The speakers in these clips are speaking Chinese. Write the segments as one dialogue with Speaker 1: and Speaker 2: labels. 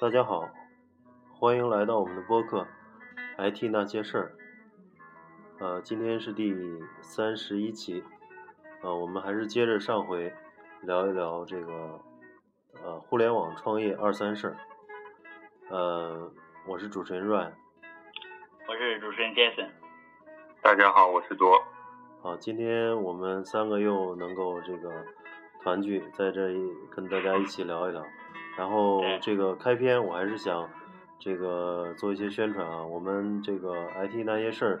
Speaker 1: 大家好，欢迎来到我们的播客《IT 那些事儿》。呃，今天是第三十一期，呃，我们还是接着上回聊一聊这个呃互联网创业二三事儿。呃，我是主持人 Ryan。
Speaker 2: 我是主持人 Jason。
Speaker 3: 大家好，我是卓。
Speaker 1: 好，今天我们三个又能够这个团聚在这里跟大家一起聊一聊。然后
Speaker 2: 对
Speaker 1: 这个开篇我还是想这个做一些宣传啊，我们这个 IT 那些事儿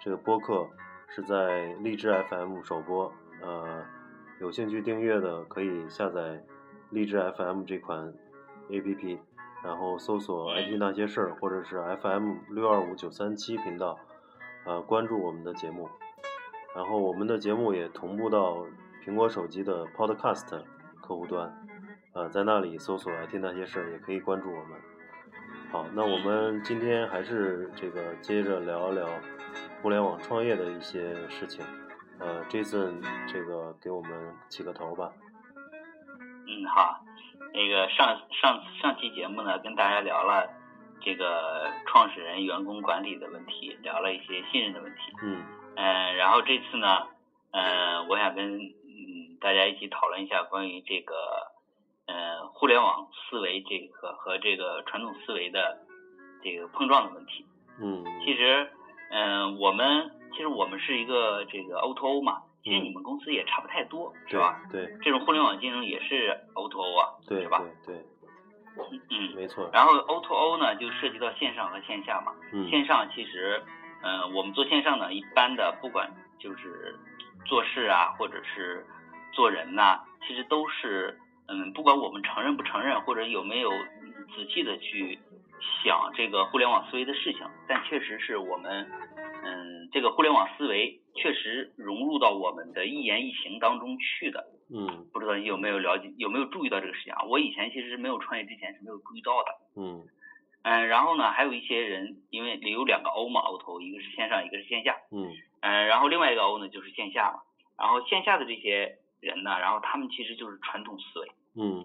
Speaker 1: 这个播客是在荔枝 FM 首播，呃，有兴趣订阅的可以下载荔枝 FM 这款 APP，然后搜索
Speaker 2: 嗯
Speaker 1: IT 那些事儿或者是 FM 六二五九三七频道，呃，关注我们的节目，然后我们的节目也同步到苹果手机的 Podcast 客户端。呃，在那里搜索“听那些事儿”，也可以关注我们。好，那我们今天还是这个接着聊一聊互联网创业的一些事情。呃，Jason，这个给我们起个头吧。
Speaker 2: 嗯，好，那个上上上期节目呢，跟大家聊了这个创始人员工管理的问题，聊了一些信任的问题。
Speaker 1: 嗯
Speaker 2: 嗯、然后这次呢，呃，我想跟嗯大家一起讨论一下关于这个呃互联网思维这个和这个传统思维的这个碰撞的问题。
Speaker 1: 嗯
Speaker 2: 其实，嗯、我们其实我们是一个这个 O to O 嘛，其实
Speaker 1: 嗯
Speaker 2: 你们公司也差不太多，是
Speaker 1: 对
Speaker 2: 吧？
Speaker 1: 对
Speaker 2: 这种互联网金融也是 O to O 啊，
Speaker 1: 对
Speaker 2: 是吧？
Speaker 1: 对对，
Speaker 2: 嗯，
Speaker 1: 没错。
Speaker 2: 然后 O to O 呢，就涉及到线上和线下嘛。
Speaker 1: 嗯
Speaker 2: 线上其实，嗯、我们做线上呢，一般的不管就是做事啊，或者是做人呐、其实都是，嗯，不管我们承认不承认，或者有没有嗯仔细的去想这个互联网思维的事情，但确实是我们，嗯，这个互联网思维确实融入到我们的一言一行当中去的。
Speaker 1: 嗯
Speaker 2: 不知道你有没有了解，有没有注意到这个事情啊？我以前其实没有创业之前是没有注意到的。
Speaker 1: 嗯
Speaker 2: 嗯，然后呢，还有一些人，因为有两个 O 嘛，O 头，一个是线上，一个是线下。
Speaker 1: 嗯
Speaker 2: 嗯，然后另外一个 O 呢就是线下嘛。然后线下的这些人呢，然后他们其实就是传统思维。
Speaker 1: 嗯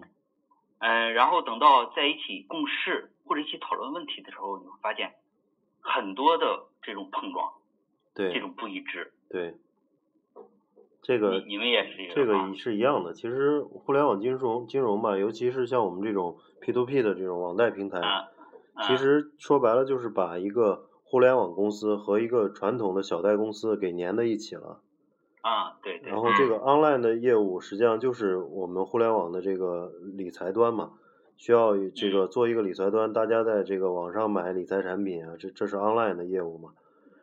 Speaker 2: 嗯，然后等到在一起共事或者一起讨论问题的时候，你会发现很多的这种碰撞，这
Speaker 1: 对
Speaker 2: 种不一致。
Speaker 1: 对，这
Speaker 2: 你
Speaker 1: 个
Speaker 2: 你们也是
Speaker 1: 这
Speaker 2: 吗
Speaker 1: 个是一样的。其实互联网金融金融吧，尤其是像我们这种 P to P 的这种网贷平台，
Speaker 2: 啊，啊
Speaker 1: 呃其实说白了就是把一个互联网公司和一个传统的小贷公司给粘在一起了。
Speaker 2: 啊，对对，
Speaker 1: 然后这个 online 的业务实际上就是我们互联网的这个理财端嘛，需要
Speaker 2: 嗯
Speaker 1: 这个做一个理财端，大家在这个网上买理财产品啊，这这是 online 的业务嘛。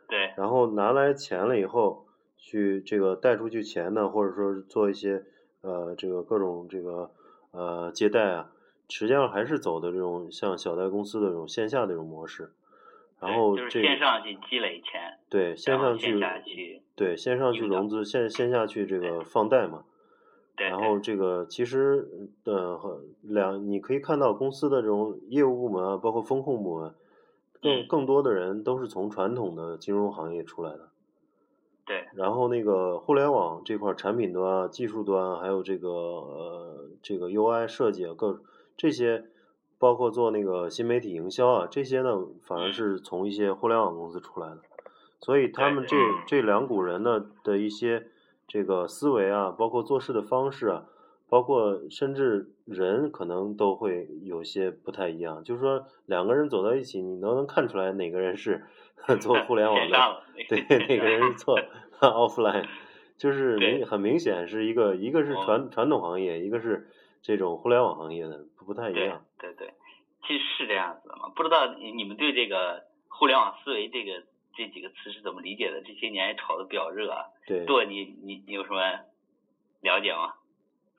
Speaker 2: 对
Speaker 1: 然后拿来钱了以后，去这个贷出去钱呢，或者说是做一些呃这个各种这个呃借贷啊，实际上还是走的这种像小贷公司的这种线下的这种模式。然后
Speaker 2: 对就
Speaker 1: 这
Speaker 2: 是
Speaker 1: 个
Speaker 2: 线上去积累钱，
Speaker 1: 对线
Speaker 2: 然后
Speaker 1: 上去
Speaker 2: 线下去，
Speaker 1: 对线上去
Speaker 2: 引导
Speaker 1: 融资，线线下去这个放贷嘛。
Speaker 2: 对，
Speaker 1: 然
Speaker 2: 对
Speaker 1: 后这个其实呃和两你可以看到公司的这种业务部门啊，包括风控部门，更
Speaker 2: 嗯
Speaker 1: 更多的人都是从传统的金融行业出来的。
Speaker 2: 对，
Speaker 1: 然后那个互联网这块儿产品端啊、技术端啊，还有这个呃这个 UI 设计啊，各这些，包括做那个新媒体营销啊，这些呢反而是从一些互联网公司出来的，所以他们这这两股人呢的一些这个思维啊，包括做事的方式啊，包括甚至人可能都会有些不太一样，就是说两个人走到一起，你都能看出来哪个人是 做互联网
Speaker 2: 线
Speaker 1: 的，
Speaker 2: 上了，
Speaker 1: 对，那个人是错 offline，就是
Speaker 2: 对
Speaker 1: 明很明显是一个，一个是
Speaker 2: 哦
Speaker 1: 传传统行业，一个是这种互联网行业的，不不太一
Speaker 2: 对
Speaker 1: 样。
Speaker 2: 对对，其实是这样子的嘛。不知道你你们对这个互联网思维这个这几个词是怎么理解的？这些年也炒的比较热啊。
Speaker 1: 对，
Speaker 2: 对你你你有什么了解吗？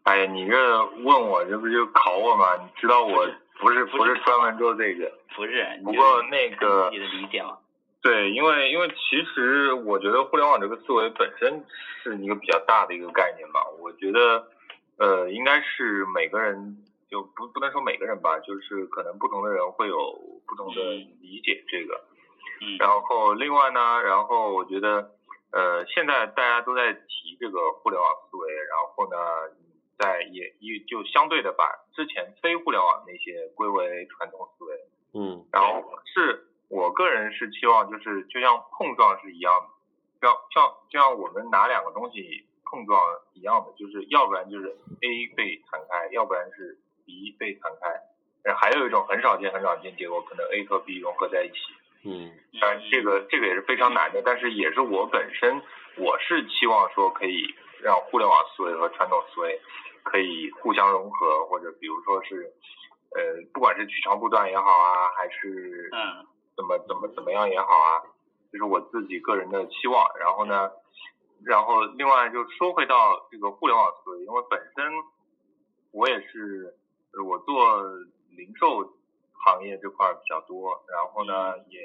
Speaker 3: 哎呀，你这问我，这不就考我吗？你知道我不是
Speaker 2: 不
Speaker 3: 不
Speaker 2: 是
Speaker 3: 是专门做这个，
Speaker 2: 不是，你
Speaker 3: 不
Speaker 2: 就
Speaker 3: 过
Speaker 2: 是
Speaker 3: 那
Speaker 2: 看
Speaker 3: 个
Speaker 2: 自己的理解嘛。
Speaker 3: 对，因为因为其实我觉得互联网这个思维本身是一个比较大的一个概念吧。我觉得，呃，应该是每个人就不不能说每个人吧，就是可能不同的人会有不同的理解这个。
Speaker 2: 嗯，
Speaker 3: 然后另外呢，然后我觉得，呃，现在大家都在提这个互联网思维，然后呢，在也也就相对的把之前非互联网那些归为传统思维，
Speaker 1: 嗯
Speaker 3: 然后是我个人是期望就是就像碰撞是一样的，像像就像我们拿两个东西碰撞一样的，就是要不然就是 A 被弹开，要不然是 B 被弹开，呃还有一种很少见很少见结果，可能 A 和 B 融合在一起。
Speaker 1: 嗯
Speaker 3: 当然，呃这个这个也是非常难的，但是也是我本身我是期望说可以让互联网思维和传统思维可以互相融合，或者比如说是呃，不管是取长补短也好啊，还是
Speaker 2: 嗯
Speaker 3: 怎么怎么怎么样也好啊，这、是我自己个人的期望。然后呢，然后另外就说回到这个互联网思维，因为本身我也是呃我做零售行业这块儿比较多，然后呢也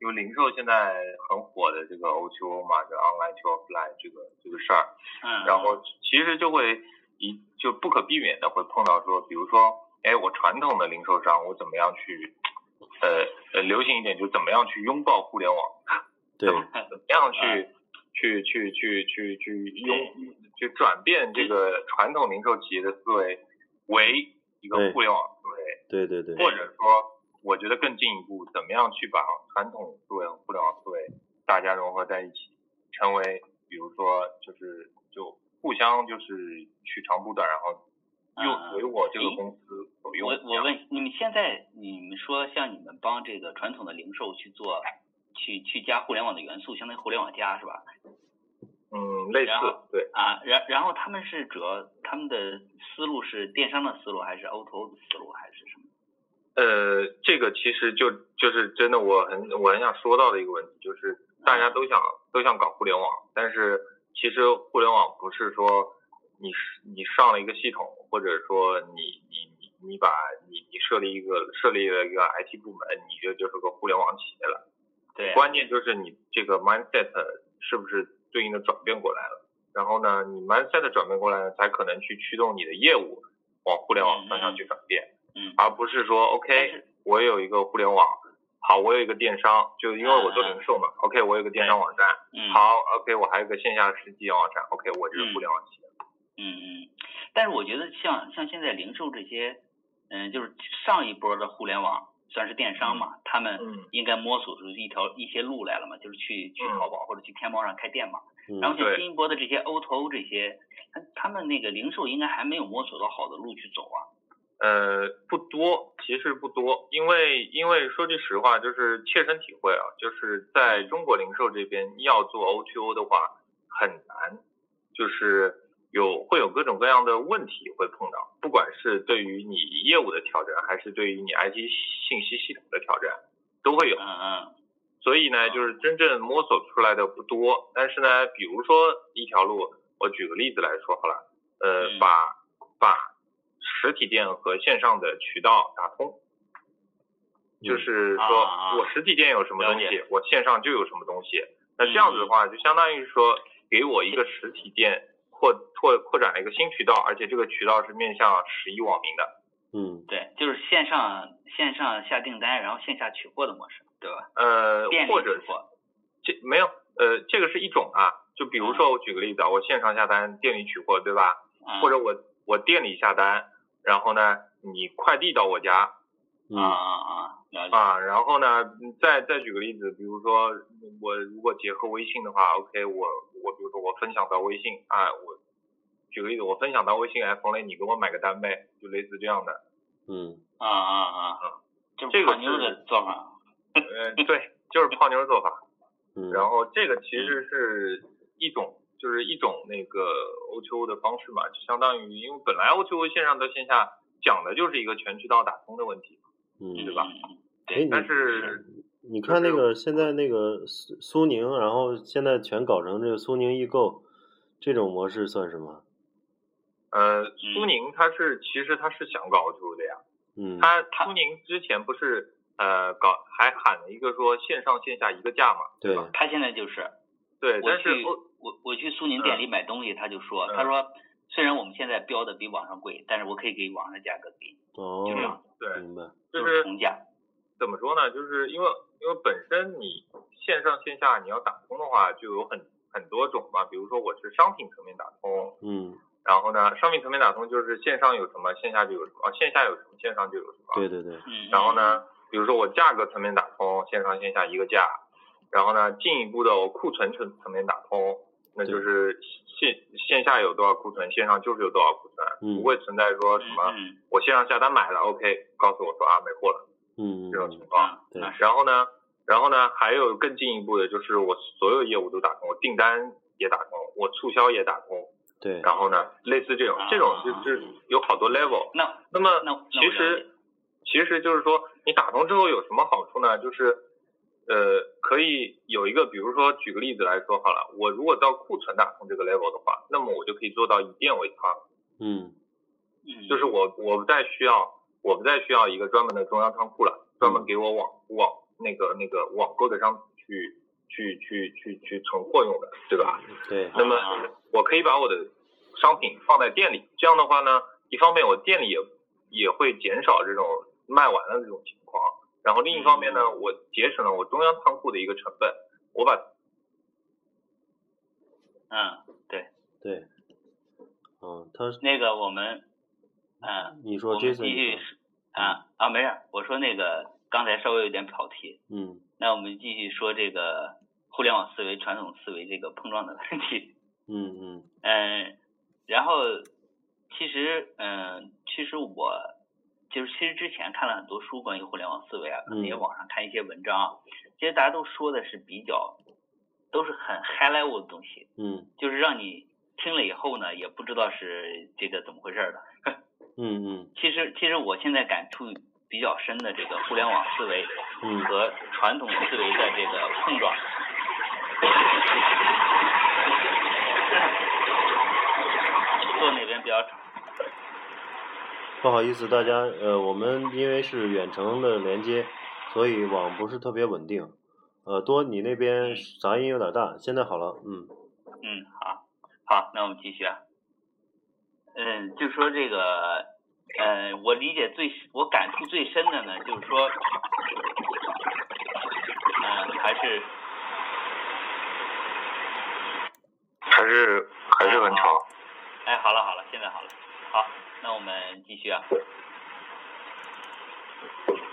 Speaker 3: 因为零售现在很火的这个 O to O 嘛，就 online to offline 这个这个事儿，
Speaker 2: 嗯，
Speaker 3: 然后其实就会一就不可避免的会碰到说，比如说，哎，我传统的零售商，我怎么样去，呃呃，流行一点就怎么样去拥抱互联网，
Speaker 1: 对，
Speaker 3: 怎么样去、
Speaker 2: 嗯
Speaker 3: 去去去去去拥去转变这个传统零售企业的思维为一个
Speaker 1: 对
Speaker 3: 互联网思维，
Speaker 1: 对对对，
Speaker 3: 或者说，我觉得更进一步，怎么样去把传统思维和互联网思维大家融合在一起，成为比如说就是就互相就是取长补短，然后
Speaker 2: 嗯
Speaker 3: 又为我这个
Speaker 2: 诶
Speaker 3: 公司所用。
Speaker 2: 我我问你们现在你们说像你们帮这个传统的零售去做，去去加互联网的元素，相当于互联网加是吧？
Speaker 3: 嗯，类似
Speaker 2: 然后
Speaker 3: 对，
Speaker 2: 啊，然然后他们是主要他们的思路是电商的思路，还是 O to O 的思路，还是什么？
Speaker 3: 呃，这个其实就就是真的我很我很想说到的一个问题，就是大家都想都想搞互联网，但是其实互联网不是说你是你上了一个系统，或者说你你你你把你你设立一个设立了一个 IT 部门，你就就是个互联网企业了。
Speaker 2: 对啊，
Speaker 3: 关键就是你这个 mindset 是不是对应的转变过来了，然后呢，你 mindset 转变过来了，才可能去驱动你的业务往互联网方向去转变。
Speaker 2: 嗯
Speaker 3: 而不是说
Speaker 2: 但
Speaker 3: OK，
Speaker 2: 是
Speaker 3: 我有一个互联网，好，我有一个电商，就因为我做
Speaker 2: 嗯嗯
Speaker 3: 零售嘛，OK，我有个电商网站，
Speaker 2: 嗯，
Speaker 3: 好，OK，我还有个线下实体网站，OK，我就是互联网企业，
Speaker 2: 嗯嗯，但是我觉得像像现在零售这些，嗯，就是上一波的互联网算是电商嘛，他们
Speaker 3: 嗯
Speaker 2: 应该摸索出一条一些路来了嘛，就是去去
Speaker 3: 嗯
Speaker 2: 淘宝或者去天猫上开店嘛。然后
Speaker 1: 嗯
Speaker 2: 像
Speaker 3: 对
Speaker 2: 新一波的这些 O to O 这些，他他们那个零售应该还没有摸索到好的路去走啊。
Speaker 3: 呃，不多，其实不多，因为因为说句实话，就是切身体会啊，就是在中国零售这边要做 O to O 的话很难，就是有会有各种各样的问题会碰到，不管是对于你业务的挑战，还是对于你 IT 信息系统的挑战，都会有。
Speaker 2: 嗯嗯
Speaker 3: 所以呢，
Speaker 2: 嗯
Speaker 3: 就是真正摸索出来的不多。但是呢，比如说一条路，我举个例子来说好了，呃，
Speaker 2: 嗯
Speaker 3: 把把实体店和线上的渠道打通，就是说
Speaker 2: 嗯啊
Speaker 3: 我实体店有什么东
Speaker 2: 了
Speaker 3: 西
Speaker 2: 解，嗯
Speaker 3: 我线上就有什么东西。那这样子的话，就相当于说给我一个实体店扩拓扩展了一个新渠道，而且这个渠道是面向十一网民的。
Speaker 1: 嗯
Speaker 2: 对，就是线上线上下订单，然后线下取货的模式，对吧？
Speaker 3: 呃
Speaker 2: 店，里
Speaker 3: 或者
Speaker 2: 取货，
Speaker 3: 这没有，呃，这个是一种啊。就比如说，我举个例子啊，我线上下单，店里取货，对吧？
Speaker 2: 嗯
Speaker 3: 或者我我店里下单，然后呢，你快递到我家
Speaker 1: 嗯
Speaker 2: 啊啊啊，了解，
Speaker 3: 啊，然后呢，再再举个例子，比如说我如果结合微信的话，OK，我我比如说我分享到微信啊，我举个例子，我分享到微信，哎，冯磊，你给我买个单呗，就类似这样的。
Speaker 1: 嗯
Speaker 2: 啊啊啊，这
Speaker 3: 嗯这
Speaker 2: 是
Speaker 3: 个
Speaker 2: 胖妞
Speaker 3: 是
Speaker 2: 的做法。啊
Speaker 3: 呃，对，就是泡妞做法。
Speaker 1: 嗯，
Speaker 3: 然后这个其实是一种，就是一种那个 O to O 的方式嘛，就相当于因为本来 O to O 线上到线下讲的就是一个全渠道打通的问题，
Speaker 1: 嗯
Speaker 3: 对吧
Speaker 2: 嗯？嗯
Speaker 1: 哎
Speaker 2: 对
Speaker 1: 你，
Speaker 3: 但是
Speaker 1: 你看
Speaker 3: 就
Speaker 1: 那
Speaker 3: 是
Speaker 1: 个现在那个苏苏宁，然后现在全搞成这个苏宁易购，这种模式算什么？
Speaker 3: 呃，苏宁它是其实它是想搞 O to O 的呀，
Speaker 1: 嗯，
Speaker 3: 它
Speaker 2: 它
Speaker 3: 苏宁之前不是呃搞还喊了一个说线上线下一个价嘛，
Speaker 1: 对，
Speaker 3: 吧
Speaker 2: 他现在就是
Speaker 3: 对，
Speaker 2: 我
Speaker 3: 但是
Speaker 2: 去
Speaker 3: O
Speaker 2: 我我去苏宁店里买东西，他就说，
Speaker 3: 嗯
Speaker 2: 他说虽然我们现在标的比网上贵，但是我可以给网上价格给你，
Speaker 1: 哦
Speaker 2: 就，这样，
Speaker 3: 对，
Speaker 1: 明白，
Speaker 3: 就
Speaker 2: 就是
Speaker 3: 是
Speaker 1: 嗯
Speaker 2: 同价。
Speaker 3: 怎么说呢？就是因为因为本身你线上线下你要打通的话，就有很很多种嘛，比如说我是商品层面打通，
Speaker 1: 嗯
Speaker 3: 然后呢，上面层面打通就是线上有什么，线下就有什么，啊线下有什么，线上就有什么。
Speaker 1: 对对对，
Speaker 2: 嗯，
Speaker 3: 然后呢，比如说我价格层面打通，线上线下一个价，然后呢，进一步的我库存层层面打通，那就是线线下有多少库存，线上就是有多少库存，
Speaker 1: 嗯
Speaker 3: 不会存在说
Speaker 2: 嗯？
Speaker 3: 什么
Speaker 2: 嗯
Speaker 3: 我线上下单买了，OK，告诉我说啊没货了
Speaker 1: 嗯，
Speaker 3: 这种情
Speaker 1: 嗯
Speaker 3: 况。
Speaker 2: 啊，
Speaker 1: 对
Speaker 2: 那是
Speaker 3: 然后呢，然后呢，还有更进一步的就是我所有业务都打通，我订单也打通，我促销也打通，
Speaker 1: 对，
Speaker 3: 然后呢，类似这种
Speaker 2: 啊，
Speaker 3: 这种就是有好多 level。
Speaker 2: 那
Speaker 3: 那么
Speaker 2: 那那
Speaker 3: 其
Speaker 2: 我了解
Speaker 3: 实其实就是说，你打通之后有什么好处呢？就是呃，可以有一个，比如说举个例子来说好了，我如果到库存打通这个 level 的话，那么我就可以做到以店为仓，
Speaker 1: 嗯
Speaker 2: 嗯
Speaker 3: 就是我我不再需要我不再需要一个专门的中央仓库了，专
Speaker 2: 嗯
Speaker 3: 门给我网网那个那个网购的商去去去去去存货用的，对吧？
Speaker 1: 对，
Speaker 3: 那么
Speaker 2: 啊
Speaker 3: 我可以把我的商品放在店里，这样的话呢，一方面我店里也也会减少这种卖完了这种情况，然后另一方面呢，我节省了我中央仓库的一个成本，我把
Speaker 2: 嗯，
Speaker 1: 对，嗯，他是
Speaker 2: 那个我们嗯，
Speaker 1: 你说
Speaker 2: 我们
Speaker 1: Jason，
Speaker 2: 继
Speaker 1: 你
Speaker 2: 续
Speaker 1: 说
Speaker 2: 是啊啊，没事儿，我说那个刚才稍微有点跑题，
Speaker 1: 嗯
Speaker 2: 那我们继续说这个互联网思维、传统思维这个碰撞的问题。
Speaker 1: 嗯嗯
Speaker 2: 嗯，然后其实嗯，其实我就是其实之前看了很多书关于互联网思维啊，可能也
Speaker 1: 嗯
Speaker 2: 网上看一些文章啊，其实大家都说的是比较都是很 high level 的东西，
Speaker 1: 嗯
Speaker 2: 就是让你听了以后呢，也不知道是这个怎么回事儿的。
Speaker 1: 嗯嗯
Speaker 2: 其实其实我现在感触比较深的这个互联网思维
Speaker 1: 嗯
Speaker 2: 和传统思维的这个碰撞。坐那边比较吵。
Speaker 1: 不好意思，大家，呃，我们因为是远程的连接，所以网不是特别稳定。呃，多，你那边杂音有点大，现在好了，嗯
Speaker 2: 嗯，好，好，那我们继续啊。嗯，就说这个，呃，我理解最，我感触最深的呢，就是说，嗯、还是
Speaker 3: 还是还是很吵。
Speaker 2: 哎，好了好了，现在好了，好，那我们继续啊。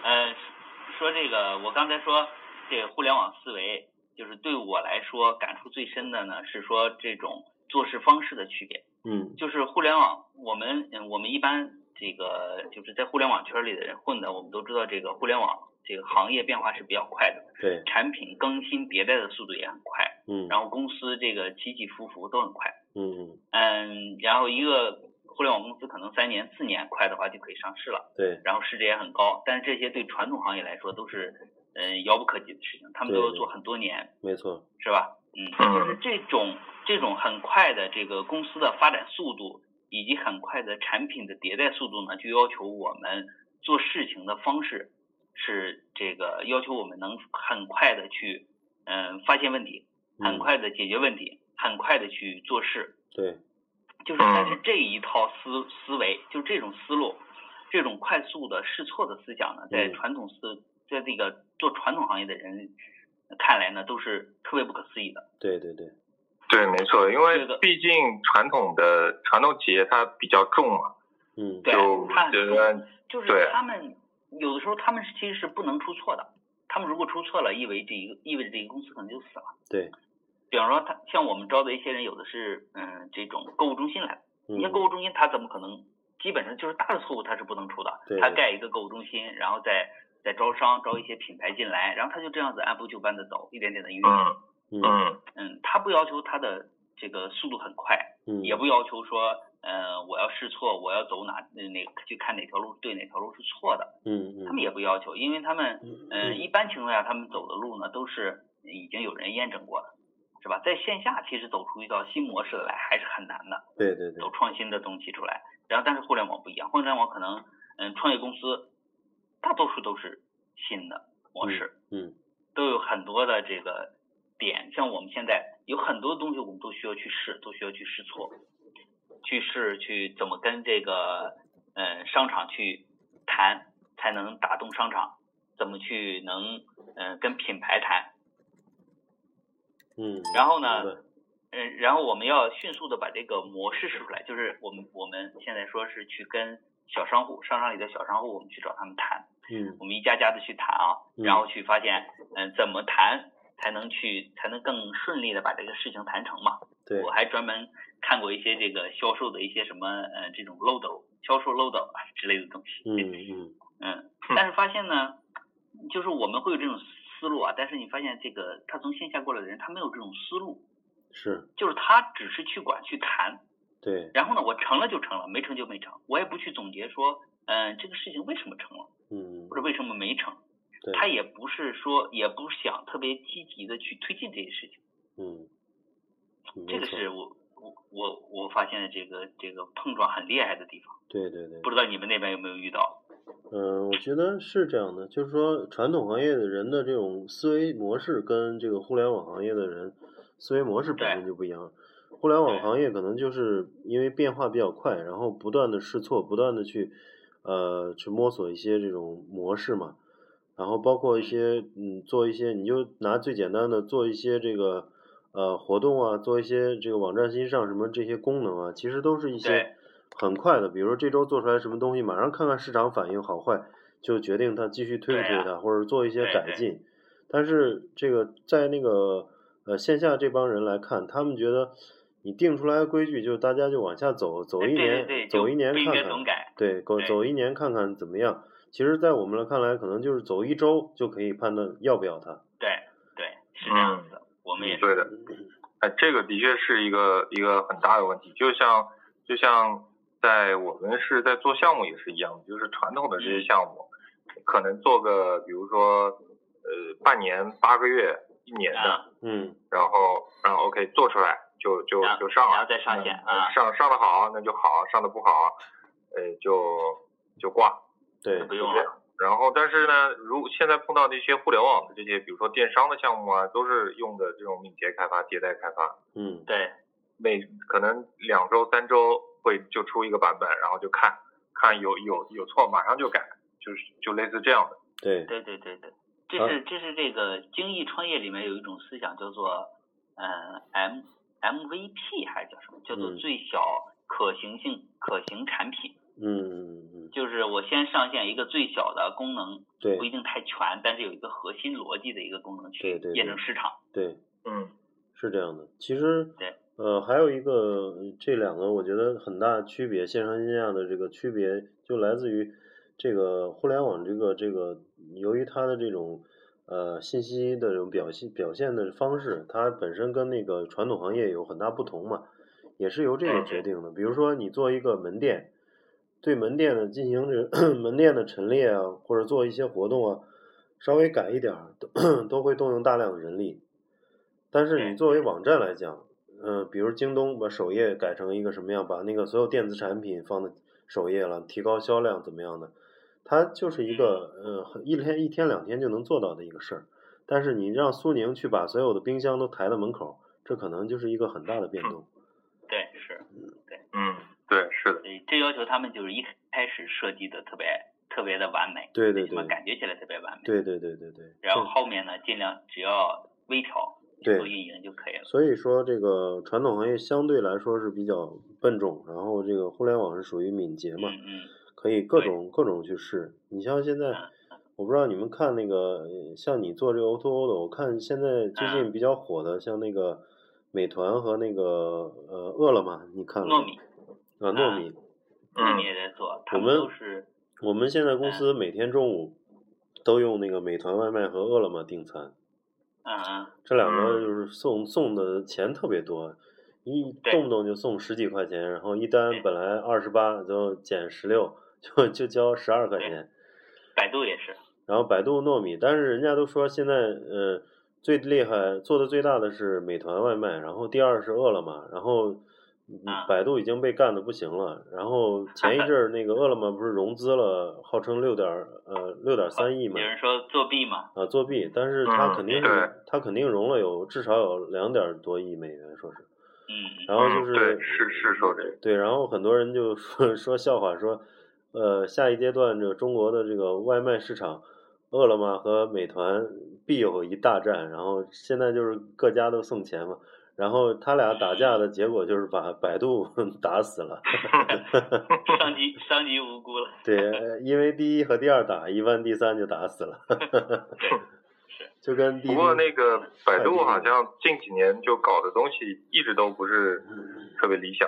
Speaker 2: 嗯，说这个，我刚才说这个互联网思维，就是对我来说感触最深的呢，是说这种做事方式的区别。
Speaker 1: 嗯
Speaker 2: 就是互联网，我们嗯，我们一般这个就是在互联网圈里的人混的，我们都知道这个互联网这个行业变化是比较快的，
Speaker 1: 对，
Speaker 2: 产品更新迭代的速度也很快，
Speaker 1: 嗯
Speaker 2: 然后公司这个起起伏伏都很快。
Speaker 1: 嗯嗯，
Speaker 2: 嗯，然后一个互联网公司可能三年、四年快的话就可以上市了，
Speaker 1: 对
Speaker 2: 然后市值也很高，但是这些对传统行业来说都是嗯遥不可及的事情，他们都要
Speaker 1: 对
Speaker 2: 做很多年，
Speaker 1: 没错，
Speaker 2: 是吧？嗯，
Speaker 3: 嗯
Speaker 2: 就是这种这种很快的这个公司的发展速度，以及很快的产品的迭代速度呢，就要求我们做事情的方式是这个要求我们能很快的去嗯发现问题，很
Speaker 1: 嗯
Speaker 2: 快的解决问题，很快的去做事。
Speaker 1: 对，
Speaker 2: 就是但
Speaker 3: 嗯
Speaker 2: 是这一套思思维，就这种思路，这种快速的试错的思想呢，在
Speaker 1: 嗯
Speaker 2: 传统思，在这个做传统行业的人看来呢，都是特别不可思议的。
Speaker 1: 对对对，
Speaker 3: 对，没错，因为
Speaker 2: 这个
Speaker 3: 毕竟传统的传统企业它比较重嘛，
Speaker 1: 嗯
Speaker 2: 对
Speaker 3: 就，
Speaker 2: 他
Speaker 3: 觉得
Speaker 2: 就是
Speaker 3: 对
Speaker 2: 他们有的时候他们是其实是不能出错的，他们如果出错了，意味这一个意味着这个公司可能就死了。
Speaker 1: 对，
Speaker 2: 比方说他像我们招的一些人，有的是嗯这种购物中心来的。
Speaker 1: 嗯
Speaker 2: 你看购物中心，它怎么可能？基本上就是大的错误，它是不能出的
Speaker 1: 对。
Speaker 2: 它
Speaker 1: 对
Speaker 2: 盖一个购物中心，然后再再招商，招一些品牌进来，然后它就这样子按部就班的走，一点点的运营。
Speaker 3: 嗯
Speaker 1: 嗯
Speaker 3: 嗯
Speaker 2: 嗯，它不要求它的这个速度很快，
Speaker 1: 嗯，
Speaker 2: 也不要求说，呃，我要试错，我要走哪那哪去看哪条路是对，哪条路是错的，
Speaker 1: 嗯嗯
Speaker 2: 他们也不要求，因为他们
Speaker 1: 嗯
Speaker 2: 嗯，一般情况下，他们走的路呢，都是已经有人验证过的，是吧？在线下其实走出一道新模式来还是很难的。
Speaker 1: 对对对
Speaker 2: 有，创新的东西出来。然后，但是互联网不一样，互联网可能，嗯，创业公司大多数都是新的模式，
Speaker 1: 嗯
Speaker 2: 都有很多的这个点。像我们现在有很多东西，我们都需要去试，都需要去试错，去试去怎么跟这个嗯商场去谈，才能打动商场，怎么去能嗯跟品牌谈，
Speaker 1: 嗯，
Speaker 2: 然后呢
Speaker 1: 明白
Speaker 2: 呃，然后我们要迅速的把这个模式试出来，就是我们我们现在说是去跟小商户、商场里的小商户，我们去找他们谈，
Speaker 1: 嗯
Speaker 2: 我们一家家的去谈啊，
Speaker 1: 嗯
Speaker 2: 然后去发现，嗯、怎么谈才能去才能更顺利的把这个事情谈成嘛？
Speaker 1: 对
Speaker 2: 我还专门看过一些这个销售的一些什么呃这种漏斗、销售漏斗啊之类的东西，
Speaker 1: 嗯嗯
Speaker 2: 嗯，但是发现呢，就是我们会有这种思路啊，但是你发现这个他从线下过来的人，他没有这种思路，
Speaker 1: 是
Speaker 2: 就是他只是去管去谈，
Speaker 1: 对
Speaker 2: 然后呢，我成了就成了，没成就没成，我也不去总结说，嗯、这个事情为什么成了，
Speaker 1: 嗯
Speaker 2: 或者为什么没成，
Speaker 1: 对
Speaker 2: 他也不是说也不想特别积极的去推进这些事情，
Speaker 1: 嗯嗯
Speaker 2: 这
Speaker 1: 没
Speaker 2: 个
Speaker 1: 错
Speaker 2: 是我我我我发现的这个这个碰撞很厉害的地方，
Speaker 1: 对对对
Speaker 2: 不知道你们那边有没有遇到？
Speaker 1: 嗯，我觉得是这样的，就是说传统行业的人的这种思维模式跟这个互联网行业的人思维模式本身
Speaker 2: 对
Speaker 1: 就不一样。互联网
Speaker 2: 对
Speaker 1: 行业可能就是因为变化比较快，然后不断的试错，不断的去呃去摸索一些这种模式嘛，然后包括一些嗯做一些，你就拿最简单的做一些这个呃活动啊，做一些这个网站新上什么这些功能啊，其实都是一
Speaker 2: 对
Speaker 1: 些很快的，比如说这周做出来什么东西，马上看看市场反应好坏，就决定它继续推不
Speaker 2: 对
Speaker 1: 推
Speaker 2: 啊
Speaker 1: 它，或者做一些
Speaker 2: 对
Speaker 1: 改
Speaker 2: 对
Speaker 1: 进。但是这个在那个呃线下这帮人来看，他们觉得你定出来的规矩，就大家就往下走，走
Speaker 2: 对
Speaker 1: 一年，
Speaker 2: 对对，
Speaker 1: 走一年
Speaker 2: 就不
Speaker 1: 看
Speaker 2: 应该
Speaker 1: 看，
Speaker 2: 总改，
Speaker 1: 对，走
Speaker 2: 对
Speaker 1: 走一年看看怎么样。其实，在我们来看来，可能就是走一周就可以判断要不要它。
Speaker 2: 对对，是这
Speaker 3: 嗯
Speaker 2: 样子的，我们也是，
Speaker 3: 对的，哎，这个的确是一个一个很大的问题，就像就像在我们是在做项目也是一样的，就是传统的这些
Speaker 2: 嗯
Speaker 3: 项目，可能做个比如说呃半年、八个月、一年的，
Speaker 2: 啊，
Speaker 1: 嗯，
Speaker 3: 然后然后 OK 做出来就就
Speaker 2: 然后
Speaker 3: 就上了，
Speaker 2: 然后再上线
Speaker 3: 嗯
Speaker 2: 啊
Speaker 3: 上上的好那就好，上的不好，呃就就挂，
Speaker 1: 嗯对
Speaker 2: 就不，用了。
Speaker 3: 然后，但是呢，如现在碰到的一些互联网的这些，比如说电商的项目啊，都是用的这种敏捷开发、迭代开发，
Speaker 1: 嗯，
Speaker 2: 对
Speaker 3: 每可能两周、三周会就出一个版本，然后就看看有有有错，马上就改，就是就类似这样的。
Speaker 1: 对，
Speaker 2: 对对对对，这是这是这个精益创业里面有一种思想叫做呃 M MVP 还是叫什么？叫做
Speaker 1: 嗯
Speaker 2: 最小可行性可行产品，
Speaker 1: 嗯嗯嗯，
Speaker 2: 就是我先上线一个最小的功能，
Speaker 1: 对
Speaker 2: 不一定太全，但是有一个核心逻辑的一个功
Speaker 1: 对
Speaker 2: 能去
Speaker 1: 对对
Speaker 2: 验证市场。
Speaker 1: 对，
Speaker 3: 嗯，
Speaker 1: 是这样的。其实
Speaker 2: 对，
Speaker 1: 呃，还有一个呃这两个我觉得很大的区别，线上线下的这个区别就来自于这个互联网这个这个，由于它的这种呃信息的这种表现表现的方式，它本身跟那个传统行业有很大不同嘛，也是由这个
Speaker 3: 对
Speaker 1: 决定的。比如说你做一个门店。对门店的进行这个 门店的陈列啊，或者做一些活动啊，稍微改一点儿，都 都会动用大量的人力。但是你
Speaker 2: 对
Speaker 1: 作为网站来讲，嗯、比如京东把首页改成一个什么样，把那个所有电子产品放在首页了，提高销量怎么样的，它就是一个
Speaker 2: 嗯
Speaker 1: 呃很一天一天两天就能做到的一个事儿。但是你让苏宁去把所有的冰箱都抬到门口，这可能就是一个很大的变
Speaker 2: 嗯
Speaker 1: 动。
Speaker 2: 对，是，
Speaker 3: 嗯，对，是的，
Speaker 2: 所以这要求他们就是一开始设计的特别特别的完美，
Speaker 1: 对对
Speaker 2: 起码
Speaker 1: 对，
Speaker 2: 感觉起来特别完美。
Speaker 1: 对对对对对。
Speaker 2: 然后
Speaker 1: 这
Speaker 2: 后面呢，尽量只要微调
Speaker 1: 对
Speaker 2: 做运营就可以了。
Speaker 1: 所以说，这个传统行业相对来说是比较笨重，然后这个互联网是属于敏捷嘛，
Speaker 2: 嗯嗯，
Speaker 1: 可以各
Speaker 2: 对
Speaker 1: 种各种去试。你像现在
Speaker 2: 嗯，
Speaker 1: 我不知道你们看那个，呃像你做这个 O to O 的，我看现在最近
Speaker 2: 嗯
Speaker 1: 比较火的，像那个美团和那个呃饿了么，你看了吗
Speaker 2: 嗯糯米
Speaker 1: 啊糯米，
Speaker 2: 糯米
Speaker 3: 嗯
Speaker 2: 也在做，他
Speaker 1: 们
Speaker 2: 都是
Speaker 1: 我们现
Speaker 2: 嗯
Speaker 1: 在公司每天中午都用那个美团外卖和饿了么订餐。
Speaker 2: 嗯嗯
Speaker 1: 这两个
Speaker 3: 嗯
Speaker 1: 就是送送的钱特别多，一
Speaker 2: 对
Speaker 1: 动不动就送十几块钱，然后一单
Speaker 2: 对
Speaker 1: 本来二十八，最后减十六，就就交十二块
Speaker 2: 对
Speaker 1: 钱。
Speaker 2: 百度也是，
Speaker 1: 然后百度糯米，但是人家都说现在呃最厉害做的最大的是美团外卖，然后第二是饿了么，然后嗯
Speaker 2: 啊
Speaker 1: 百度已经被干的不行了。然 后前一阵儿那个饿了么不是融资了，号称六点呃六点三亿嘛，
Speaker 2: 有人说作弊嘛，
Speaker 1: 啊作弊，但是他
Speaker 3: 嗯
Speaker 1: 肯定是、
Speaker 3: 对
Speaker 1: 他肯定融了有至少有两点多亿美元，说是，
Speaker 2: 嗯嗯
Speaker 1: 然后就
Speaker 3: 嗯
Speaker 1: 是、嗯
Speaker 3: 对是是说这个
Speaker 1: 对，然后很多人就 说说笑话说，呃，下一阶段这个中国的这个外卖市场，饿了么和美团必有一大战，然后现在就是各家都送钱嘛，然后他俩打架的结果就是把百度 打死了。
Speaker 2: 伤及伤及无辜了。
Speaker 1: 对，呃因为第一和第二打一般，第三就打死了，
Speaker 2: 对，
Speaker 1: 就跟滴
Speaker 3: 不
Speaker 1: 滴
Speaker 3: 过那个百度
Speaker 1: 嗯快递
Speaker 3: 好像近几年就搞的东西一直都不是特别理想。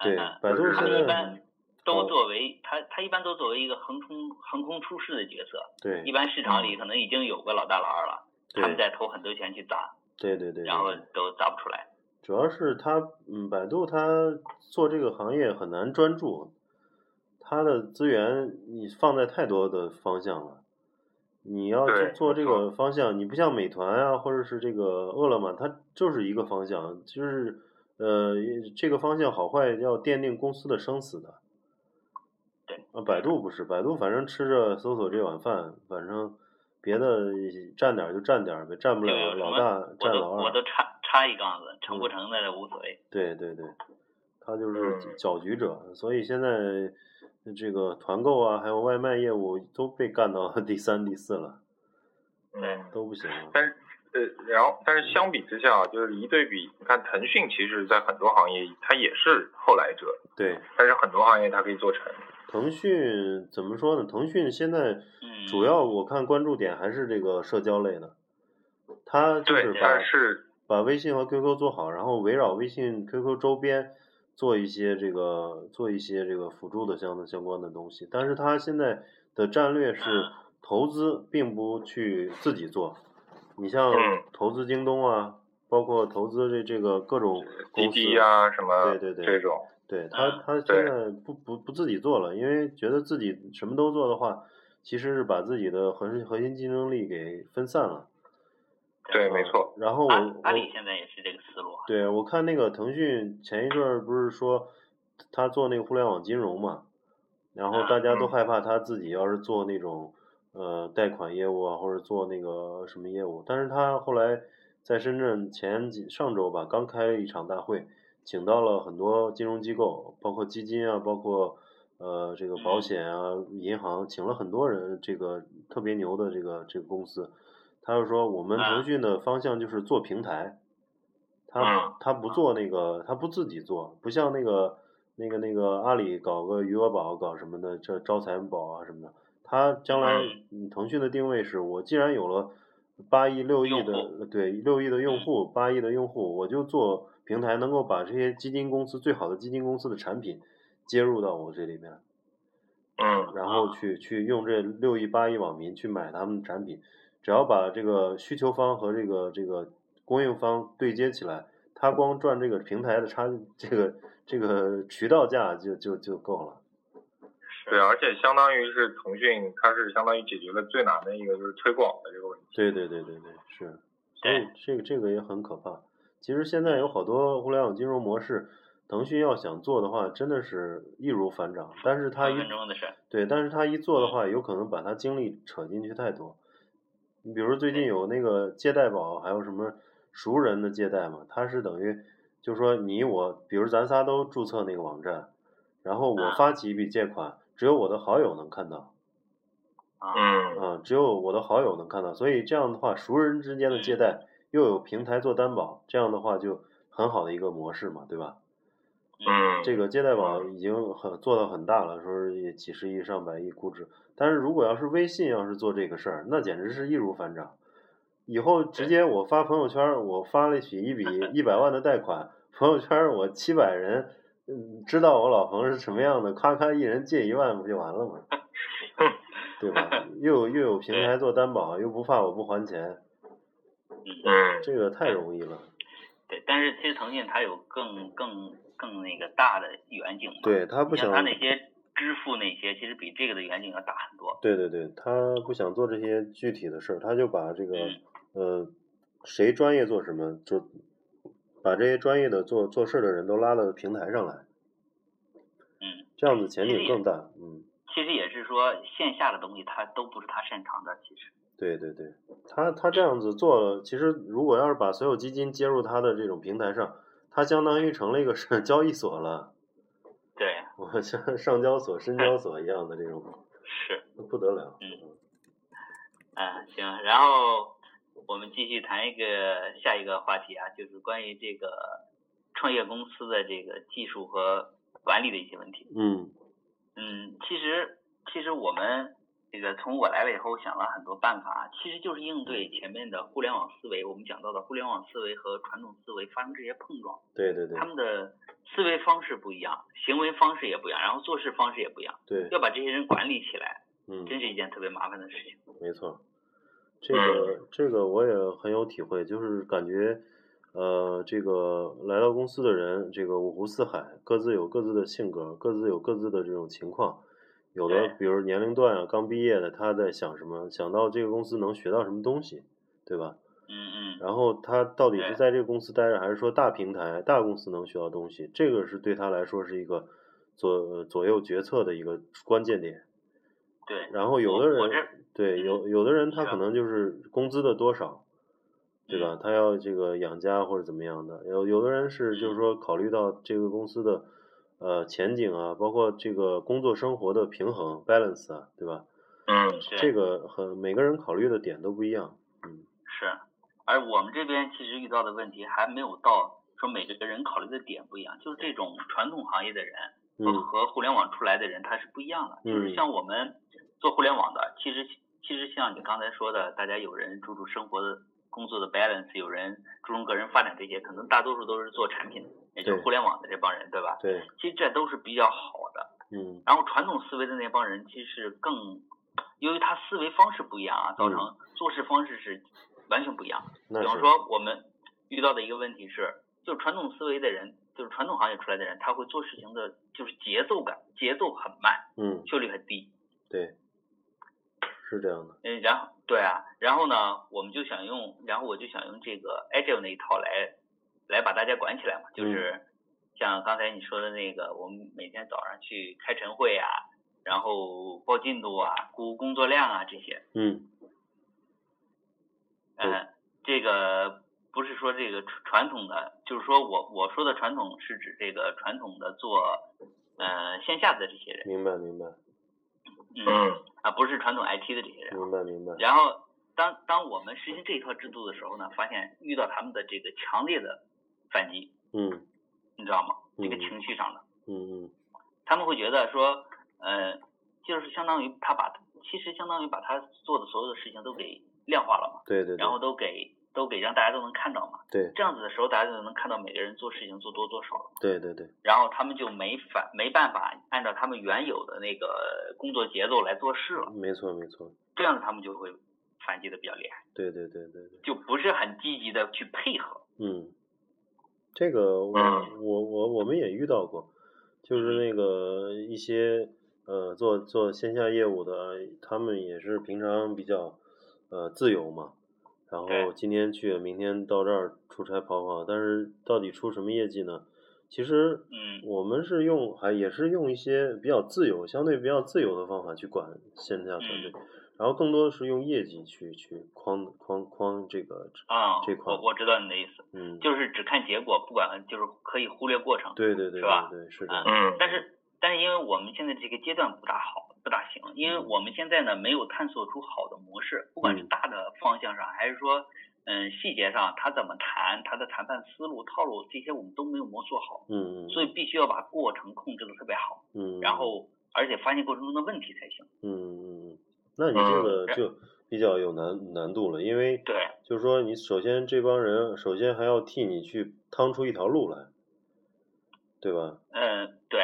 Speaker 1: 对
Speaker 2: 嗯
Speaker 1: 百度
Speaker 3: 就是
Speaker 2: 他
Speaker 1: 现在
Speaker 2: 一般都
Speaker 1: 哦
Speaker 2: 作为他他一般都作为一个横冲横空出世的角色，
Speaker 1: 对嗯
Speaker 2: 一般市场里可能已经有个老大老二了，他们
Speaker 1: 对
Speaker 2: 在投很多钱去砸，
Speaker 1: 对对对，
Speaker 2: 然后
Speaker 1: 对
Speaker 2: 都砸不出来。
Speaker 1: 主要是他，嗯，百度他做这个行业很难专注，他的资源你放在太多的方向了。你要去
Speaker 3: 对
Speaker 1: 做这
Speaker 3: 没错
Speaker 1: 个方向，你不像美团啊，或者是这个饿了么，它就是一个方向，就是呃，这个方向好坏要奠定公司的生死的。
Speaker 2: 对
Speaker 1: 啊，百度不是，百度反正吃着搜索这碗饭，反正别的占点儿就占点儿呗，占不
Speaker 2: 就有
Speaker 1: 了
Speaker 2: 什
Speaker 1: 老
Speaker 2: 么
Speaker 1: 大
Speaker 2: 我
Speaker 1: 占
Speaker 2: 都
Speaker 1: 老二。嗯
Speaker 2: 我都插插一杠子，成不成的无所谓。
Speaker 1: 对对对，他就是
Speaker 3: 嗯
Speaker 1: 搅局者，所以现在这个团购啊，还有外卖业务都被干到 第三、第四了，
Speaker 2: 对
Speaker 3: 嗯，
Speaker 1: 都不行了。
Speaker 3: 但是呃，然后但是相比之下，啊就是一对比，你看腾讯其实在很多行业它也是后来者，
Speaker 1: 对，
Speaker 3: 但是很多行业它可以做成。
Speaker 1: 腾讯怎么说呢？腾讯现在
Speaker 2: 嗯，
Speaker 1: 主要我看关注点还是这个社交类的，它就
Speaker 3: 对
Speaker 1: 是，把
Speaker 3: 但是
Speaker 1: 把微信和 QQ 做好，然后围绕微信、QQ 周边做一些这个做一些这个辅助的相相关的东西。但是它现在的战略 是
Speaker 2: 嗯
Speaker 1: 投资，并不去自己做。你像
Speaker 3: 嗯
Speaker 1: 投资京东啊，包括投资这这个各种
Speaker 3: 滴
Speaker 1: 公司，
Speaker 3: 滴啊什么
Speaker 1: 对对对
Speaker 3: 这种，
Speaker 1: 对他
Speaker 2: 嗯
Speaker 1: 他现在不不不自己做了，因为觉得自己什么都做的话，其实是把自己的核心核心竞争力给分散了。
Speaker 3: 对，
Speaker 1: 啊
Speaker 3: 没错。。
Speaker 1: 然后我
Speaker 2: 阿阿
Speaker 1: 我
Speaker 2: 里现在也是这个思路啊。
Speaker 1: 对，我看那个腾讯前一阵儿不是说他做那个互联网金融嘛，然后
Speaker 2: 啊
Speaker 1: 大家都
Speaker 3: 嗯
Speaker 1: 害怕他自己要是做那种呃贷款业务啊，或者做那个什么业务，但是他后来在深圳前几上周吧，刚开了一场大会，请到了很多金融机构，包括基金啊，包括呃这个保
Speaker 2: 嗯
Speaker 1: 险啊、银行，请了很多人，这个特别牛的这个这个公司，他就说我们腾
Speaker 2: 啊
Speaker 1: 讯的方向就是做平台，
Speaker 3: 嗯
Speaker 1: 他他不做那个，他不自己做，不像那个那个那个阿里搞个余额宝搞什么的，这招财宝啊什么的，他将来嗯腾讯的定位是我既然有了八亿六亿
Speaker 2: 用
Speaker 1: 的对六亿的用户，八亿的用户，我就做平台，能够把这些基金公司最好的基金公司的产品接入到我这里面，
Speaker 3: 嗯
Speaker 1: 然后
Speaker 2: 啊
Speaker 1: 去去用这六亿八亿网民去买他们的产品，只要把这个需求方和这个这个供应方对接起来，他光赚这个平台的差这个这个渠道价就就就够了。
Speaker 3: 对，而且相当于是腾讯，它是相当于解决了最难的一个就是推广的这个问题。
Speaker 1: 对对对对对，是，所以
Speaker 2: 对
Speaker 1: 这个这个也很可怕。其实现在有好多互联网金融模式，腾讯要想做的话，真的是易如反掌。但是它一
Speaker 2: 分分钟的事儿。
Speaker 1: 对，但是他一做的话，有可能把他精力扯进去太多。你比如最近有那个借贷宝，还有什么熟人的借贷嘛，他是等于就是说你我，比如咱仨都注册那个网站，然后我
Speaker 2: 啊
Speaker 1: 发起一笔借款，只有我的好友能看到，
Speaker 2: 啊，
Speaker 3: 嗯，
Speaker 1: 啊，只有我的好友能看到，所以这样的话，熟人之间的借贷又有平台做担保，这样的话就很好的一个模式嘛，对吧？
Speaker 3: 嗯，
Speaker 1: 这个借贷宝已经很做到很大了，说是也几十亿、上百亿估值。但是如果要是微信要是做这个事儿，那简直是易如反掌。以后直接我发朋友圈儿，我发了起一 笔一百万的贷款，朋友圈儿我七百人，嗯，知道我老彭是什么样的，咔咔一人借一万不就完 了吗？对吧？又有又有平台做担保，又不怕我不还钱，
Speaker 3: 嗯，
Speaker 1: 这个太容易了。
Speaker 2: 对，但是其实腾讯它有更更更那个大的远景嘛。
Speaker 1: 对他不
Speaker 2: 你
Speaker 1: 想
Speaker 2: 像它那些支付那些，其实比这个的远景要大很多。
Speaker 1: 对对对，他不想做这些具体的事儿，他就把这个
Speaker 2: 嗯
Speaker 1: 呃，谁专业做什么，就把这些专业的做做事儿的人都拉到平台上来，
Speaker 2: 嗯，
Speaker 1: 这样子前
Speaker 2: 其
Speaker 1: 景
Speaker 2: 实
Speaker 1: 更大。嗯，
Speaker 2: 其实也是说线下的东西它都不是它擅长的，其实。
Speaker 1: 对对对，他他这样子做了，其实如果要是把所有基金接入他的这种平台上，他相当于成了一个是 交易所了，
Speaker 2: 对，
Speaker 1: 我像上交所、深交所一样的这种，
Speaker 2: 是，哎
Speaker 1: 不得了。
Speaker 2: 嗯，行，然后我们继续谈一个下一个话题啊，就是关于这个创业公司的这个技术和管理的一些问题。
Speaker 1: 嗯
Speaker 2: 嗯，其实其实我们这个从我来了以后，想了很多办法，啊其实就是应对前面的互联网思维，我们讲到的互联网思维和传统思维发生这些碰撞，
Speaker 1: 对对对
Speaker 2: 他们的思维方式不一样，行为方式也不一样，然后做事方式也不一样，
Speaker 1: 对，
Speaker 2: 要把这些人管理起来，
Speaker 1: 嗯，
Speaker 2: 真是一件特别麻烦的事情。
Speaker 1: 没错，这
Speaker 2: 嗯
Speaker 1: 个这个我也很有体会，就是感觉，呃，这个来到公司的人，这个五湖四海，各自有各自的性格，各自有各自的这种情况。有的
Speaker 2: 对，
Speaker 1: 比如年龄段啊，刚毕业的，他在想什么，想到这个公司能学到什么东西，对吧？
Speaker 2: 嗯嗯，
Speaker 1: 然后他到底是
Speaker 2: 对
Speaker 1: 在这个公司待着，还是说大平台、大公司能学到东西？这个是对他来说是一个左呃左右决策的一个关键点。
Speaker 2: 对。
Speaker 1: 然后有的
Speaker 2: 我我这
Speaker 1: 人对有有的人他
Speaker 2: 是啊
Speaker 1: 可能就是工资的多少，对吧
Speaker 2: 嗯？
Speaker 1: 他要这个养家或者怎么样的。有有的人是就是说考虑到这个公司的呃前景啊，包括这个工作生活的平衡 balance 啊，对吧？
Speaker 3: 嗯
Speaker 2: 是
Speaker 1: 这个和每个人考虑的点都不一样。嗯，
Speaker 2: 是，而我们这边其实遇到的问题还没有到说每个人考虑的点不一样，就是这种传统行业的人和
Speaker 1: 嗯
Speaker 2: 和互联网出来的人他是不一样的，就是
Speaker 1: 嗯
Speaker 2: 像我们做互联网的，其实其实像你刚才说的，大家有人注重生活的。工作的 balance，有人注重个人发展这些，可能大多数都是做产品，也就是
Speaker 1: 对
Speaker 2: 互联网的这帮人，对吧？
Speaker 1: 对，
Speaker 2: 其实这都是比较好的，
Speaker 1: 嗯
Speaker 2: 然后传统思维的那帮人其实更，由于他思维方式不一样啊，
Speaker 1: 嗯
Speaker 2: 造成做事方式是完全不一样。
Speaker 1: 那
Speaker 2: 比方
Speaker 1: 是
Speaker 2: 说，我们遇到的一个问题是，就是传统思维的人，就是传统行业出来的人，他会做事情的，就是节奏感，节奏很慢，
Speaker 1: 嗯
Speaker 2: 效率很低。
Speaker 1: 对，是这样的。
Speaker 2: 嗯，然后对啊，然后呢，我们就想用，然后我就想用这个 Agile 那一套来来把大家管起来嘛，
Speaker 1: 嗯
Speaker 2: 就是像刚才你说的那个，我们每天早上去开晨会啊，然后报进度啊，估工作量啊这些，
Speaker 1: 嗯
Speaker 2: 嗯、
Speaker 1: 对
Speaker 2: 这个不是说这个传传统的，就是说我我说的传统是指这个传统的做呃线下的这些人，
Speaker 1: 明白明白
Speaker 2: 嗯
Speaker 3: 嗯
Speaker 2: 啊不是传统 IT 的这些人啊，
Speaker 1: 明白明白。
Speaker 2: 然后当当我们实行这一套制度的时候呢，发现遇到他们的这个强烈的反击，
Speaker 1: 嗯
Speaker 2: 你知道吗？这个
Speaker 1: 嗯
Speaker 2: 情绪上的，
Speaker 1: 嗯嗯
Speaker 2: 他们会觉得说，呃，就是相当于他把，其实相当于把他做的所有的事情都给量化了嘛，
Speaker 1: 对对对
Speaker 2: 然后都给都给让大家都能看到嘛，
Speaker 1: 对
Speaker 2: 这样子的时候，大家就能看到每个人做事情做多做少了，
Speaker 1: 对对对
Speaker 2: 然后他们就没法没办法按照他们原有的那个工作节奏来做事了，
Speaker 1: 没错没错
Speaker 2: 这样子他们就会反击的比较厉害。
Speaker 1: 对对对对对
Speaker 2: 就不是很积极的去配合。
Speaker 1: 嗯，这个我
Speaker 3: 嗯
Speaker 1: 我我我们也遇到过，就是那个一些呃做做线下业务的，他们也是平常比较呃自由嘛。然后
Speaker 2: 对
Speaker 1: 今天去，明天到这儿出差跑跑，但是到底出什么业绩呢？其实
Speaker 2: 嗯，
Speaker 1: 我们是用还也是用一些比较自由、相对比较自由的方法去管线下团
Speaker 2: 嗯
Speaker 1: 队，然后更多的是用业绩去去框框框这个，
Speaker 2: 啊、
Speaker 1: 这块
Speaker 2: 我我知道你的意思，
Speaker 1: 嗯，
Speaker 2: 就是只看结果，不管就是可以忽略过程。
Speaker 1: 对对对
Speaker 2: 是吧
Speaker 1: 对对，是这样，
Speaker 3: 嗯
Speaker 2: 但是但是因为我们现在这个阶段不大好，不大行，因为
Speaker 1: 嗯
Speaker 2: 我们现在呢没有探索出好的模式，不管是
Speaker 1: 嗯
Speaker 2: 大的方向上，还是说嗯细节上，他怎么谈，他的谈判思路、套路这些我们都没有摸索好，
Speaker 1: 嗯嗯，
Speaker 2: 所以必须要把过程控制的特别好，
Speaker 1: 嗯，
Speaker 2: 然后而且发现过程中的问题才行。
Speaker 1: 嗯嗯嗯，那你这个
Speaker 2: 嗯
Speaker 1: 就比较有难难度了，因为
Speaker 2: 对，
Speaker 1: 就是说你首先这帮人首先还要替你去趟出一条路来，对吧？
Speaker 2: 嗯、对，